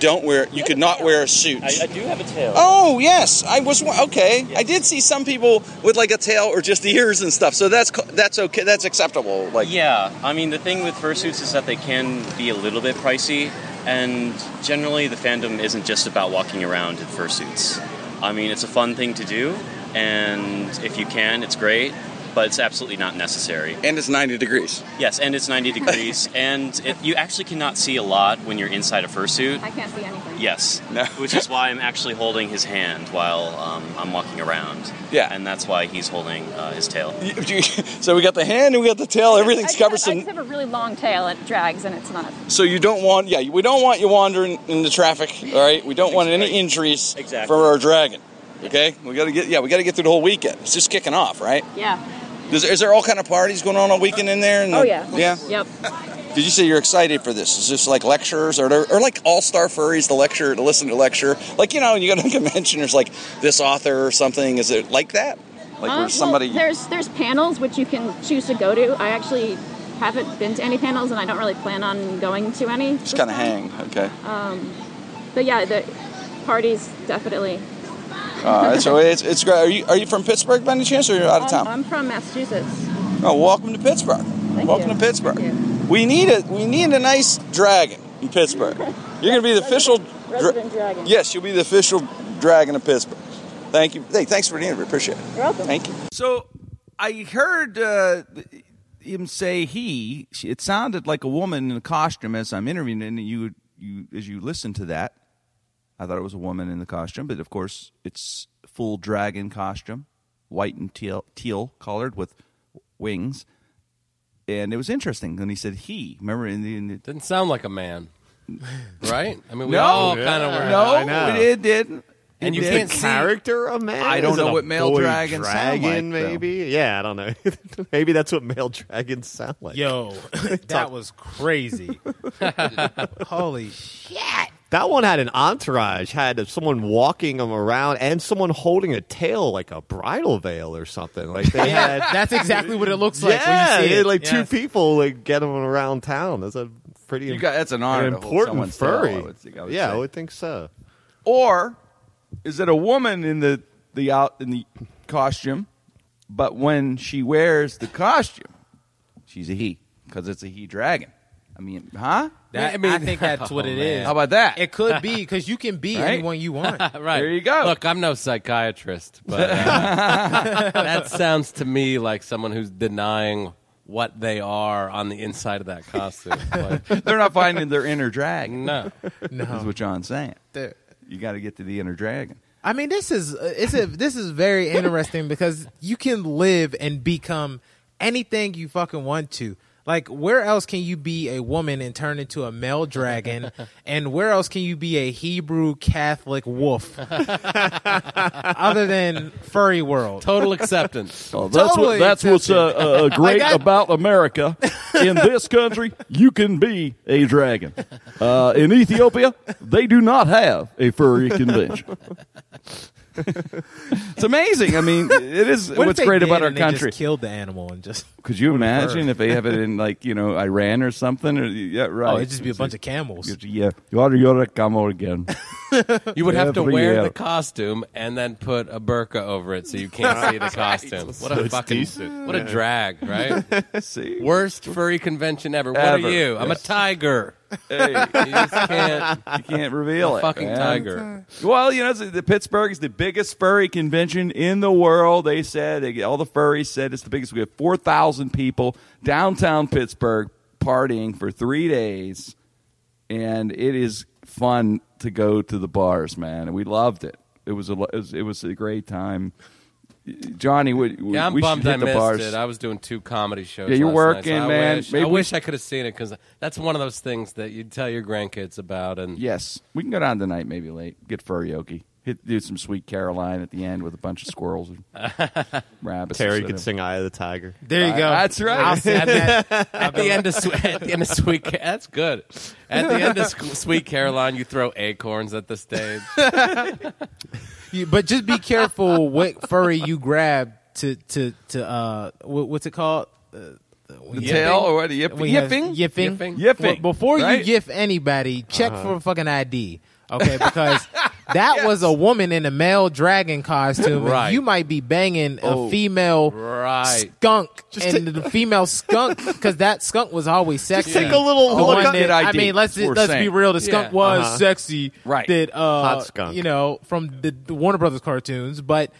don't wear, you could not wear a suit. I, I do have a tail. Oh yes, I was okay. I did see some people with like a tail or just ears and stuff. So that's co- that's okay. That's acceptable. Like Yeah, I mean the thing with fursuits is that they can be a little bit pricey, and generally the fandom isn't just about walking around in fursuits. I mean it's a fun thing to do, and if you can, it's great, but it's absolutely not necessary. and it's ninety degrees. Yes, and it's 90 [laughs] degrees, and it, you actually cannot see a lot when you're inside a fursuit. I can't see anything. Yes, [laughs] which is why I'm actually holding his hand while um, I'm walking around. Yeah. and that's why he's holding uh, his tail. so we got the hand and we got the tail. Everything's I covered. just, have, I just So, have a really long tail. It drags, and it's not. so you don't want yeah we don't want you wandering in the traffic. All right, we don't want any injuries Exactly. from our dragon. Okay, we got to get yeah we got to get through the whole weekend. It's just kicking off, right? Yeah. Is, is there all kind of parties going on all weekend in there? And Oh yeah. yeah. Yep. Did you say you're excited for this? Is this like lectures or or like all star furries to lecture to listen to lecture? Like you know, you go to a [laughs] convention, there's like this author or something. Is it like that? Like Uh, where well, somebody? there's there's panels which you can choose to go to. I actually haven't been to any panels, and I don't really plan on going to any. Um, just kind of hang. Okay. But yeah, the parties definitely. All right. So [laughs] it's it's great. Are you are you from Pittsburgh by any chance, or you're out of I'm, town? I'm from Massachusetts. Oh, welcome to Pittsburgh. welcome you. to Pittsburgh. Thank you. We need a we need a nice dragon [laughs] in Pittsburgh. You're gonna be the official. dra- Resident dragon. Yes, you'll be the official dragon of Pittsburgh. Thank you. Hey, thanks for the interview. Appreciate it. You're welcome. Thank you. So I heard uh, him say he. She- It sounded like a woman in a costume as I'm interviewing, and you, you as you listen to that, I thought it was a woman in the costume, but of course it's full dragon costume, white and teal, teal colored with wings, and it was interesting. And he said he. Remember in the, in the Didn't sound like a man, [laughs] right? I mean, we No. all kind of were. no, I know. it, it didn't. And It you didn't. can't see- character of man? I don't Is know it a what male boy dragons sound dragon, like, though. maybe. Yeah, I don't know. [laughs] maybe that's what male dragons sound like. [laughs] Yo, [laughs] that was crazy. Holy shit. That one had an entourage, had someone walking them around, and someone holding a tail like a bridal veil or something. [laughs] Like they had. That's exactly what it looks like [laughs] yeah, when you they see had, it. like Yeah. two people like get them around town. That's a pretty You got that's an honor. an to hold important someone's tail, I furry. would think- I would yeah, say. I would think so. or is it a woman in the the out in the costume but when she wears the costume she's a he because it's a he dragon i mean huh That, I, I mean- think [laughs] that's [laughs] what it Oh, is. man. how about that It could be because you can be [laughs] Right? anyone you want. [laughs] Right. There you go. Look, I'm no psychiatrist, but [laughs] uh, that sounds to me like someone who's denying what they are on the inside of that [laughs] costume. Like, they're not finding their inner dragon no. is what john's saying There- you got to get to the inner dragon I mean, this is uh, it's a, this is very [laughs] interesting because you can live and become anything you fucking want to. Like, where else can you be a woman and turn into a male [laughs] dragon? and where else can you be a Hebrew Catholic wolf? [laughs] Other than furry world. Total acceptance. that's what- Totally that's what's, uh, [laughs] great got- about America. In this country, you can be a dragon. in Ethiopia, they do not have a furry convention. It's amazing. I mean, it [laughs] is What if what's they great did about our and they just country. killed the animal and [laughs] just Could you imagine her. if they have it in like you know Iran or something? Or yeah, right. oh, it'd just be a bunch of camels. It's- Yeah, you are you're a camel [laughs] again. You would have to Every wear year. the costume and then put a burqa over it so you can't see the costume. What a It's fucking decent. what a drag, right? [laughs] See, Worst furry convention ever. What Ever. are you? I'm a Yes. tiger. Hey, You just can't. [laughs] you can't reveal it. fucking man. tiger. Well, you know, it's- the Pittsburgh is the biggest furry convention in the world. They said they, all the furries said it's the biggest. We have four thousand people downtown Pittsburgh partying for three days, and it is fun to go to the bars, man. And we loved it. It was a lo- it was, it was a great time. Johnny, we, we, Yeah, I'm we should bummed hit I the missed bars. it. I was doing two comedy shows. Yeah, you're last night, so working, I man. Wish, Maybe I we wish should- I could have seen it because that's one of those things that you tell your grandkids about. And Yes, we can go down tonight, maybe late. Get furioki. Hit do some sweet Caroline at the end with a bunch of squirrels and rabbits. and Terry shit. could sing "Eye of the Tiger." There you go. That's right. I'll say that. [laughs] [laughs] at the end of Swe- at the end of Sweet, Ca- that's good. At the end of Sque- Sweet Caroline, you throw acorns at [laughs] the stage. You- but just be careful what furry you grab to to to uh what, what's it called? Uh, the tail or what? Yip- Yipping. yipping? Yipping. Yipping, Well, before right? you yiff anybody, check Uh-huh. for a fucking ID. Okay, [laughs] because that was a woman in a male dragon costume. and Right. you might be banging a Oh, female Right. skunk, and the female skunk because that skunk was always sexy. take a little The look one up- that- I ID, mean, let's we're let's be saying. real. The skunk Yeah. was Uh-huh. sexy, Right. That uh, Hot skunk. you know, from the, the Warner Brothers cartoons. But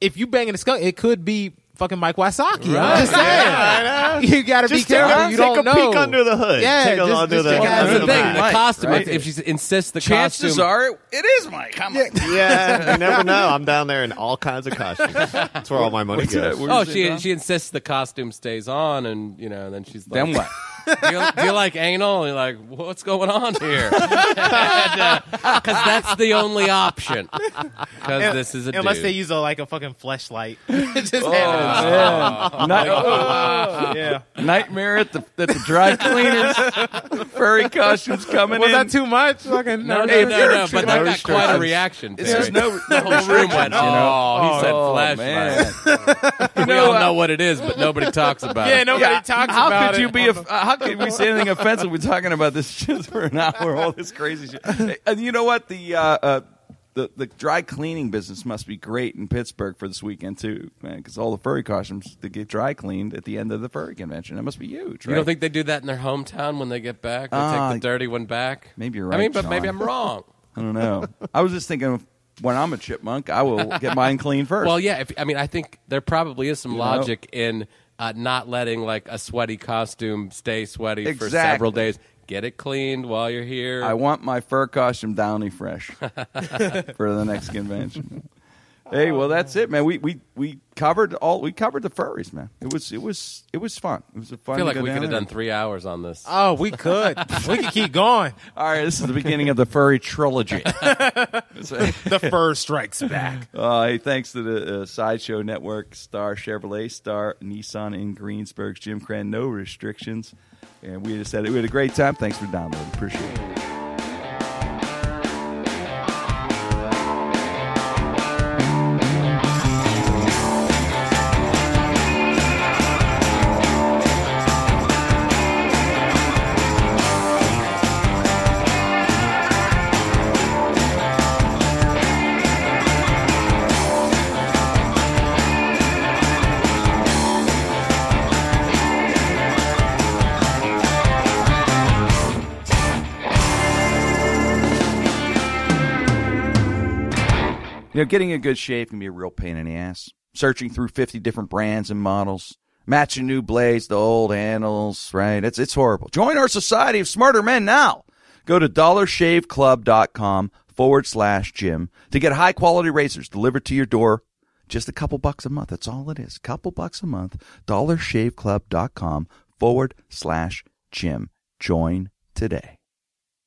if you banging a skunk, it could be fucking Mike Wasaki. I'm just saying. [laughs] You got to be Just take careful. a- you take don't a know. peek under the hood. Yeah, Take a just, look under just the- take a Well, That's look the thing. under The Mike, costume. [laughs] right? If she insists the Chances costume, [laughs] are it is Mike. Come on. Yeah, you [laughs] never know. I'm down there in all kinds of [laughs] costumes. That's where all my money What's that? goes. Where's oh, it she from? she insists the costume stays on, and you know, then she's like, Then what? do, you, [laughs] do you like anal? And you're like, what's going on here? [laughs] Because that's the only option. Because this is a Unless dude. they use a, like a fucking fleshlight. [laughs] just Oh, have it. man. Night- Oh, [laughs] Nightmare at the, at the [laughs] dry cleaners. Furry costumes coming Was in. that too much? Fucking no, no, Hey, no, if no, you're no, too but that much- got quite a reaction. It's just Barry. no, [laughs] the whole room went. you know? Oh, he said Oh, flashlight. man. [laughs] uh, We all know what it is, but nobody talks about Yeah, it. nobody Yeah, talks how about could it. you [laughs] be? Aff- how could we say anything offensive? We're talking about this shit for an hour, all this crazy shit. [laughs] And you know what? The uh, uh, the the dry cleaning business must be great in Pittsburgh for this weekend too, man. Because all the furry costumes they get dry cleaned at the end of the furry convention. That must be huge. You right? don't think they do that in their hometown when they get back? They Ah, take the dirty one back. maybe you're I mean, right, but maybe Sean. I'm [laughs] wrong. I [laughs] don't know. I was just thinking, when I'm a chipmunk, I will get mine clean first. Well, yeah. If, I mean, I think there probably is some You know? logic in uh, not letting like a sweaty costume stay sweaty for Exactly. several days. Get it cleaned while you're here. I want my fur costume [laughs] downy fresh for the next convention. Hey, well, that's it, man. We, we we covered all we covered the furries, man. It was it was it was fun. It was a fun. I feel to like go we down could have there. done three hours on this. Oh, we [laughs] could. we could keep going. [laughs] All right, this is the beginning of the [laughs] furry trilogy. The fur strikes back. Uh, hey, thanks to the uh, Sideshow Network, Star Chevrolet, Star Nissan in Greensburg's Jim Cran, no restrictions, and we just had we had a great time. Thanks for downloading. Appreciate it. You know, getting in good shape can be a real pain in the ass. Searching through 50 different brands and models, matching new blades to old handles, right? It's, it's horrible. Join our society of smarter men now. Go to dollarshaveclub.com forward slash gym to get high quality razors delivered to your door. Just a couple bucks a month. That's all it is. Couple bucks a month. dollarshaveclub.com forward slash gym. Join today.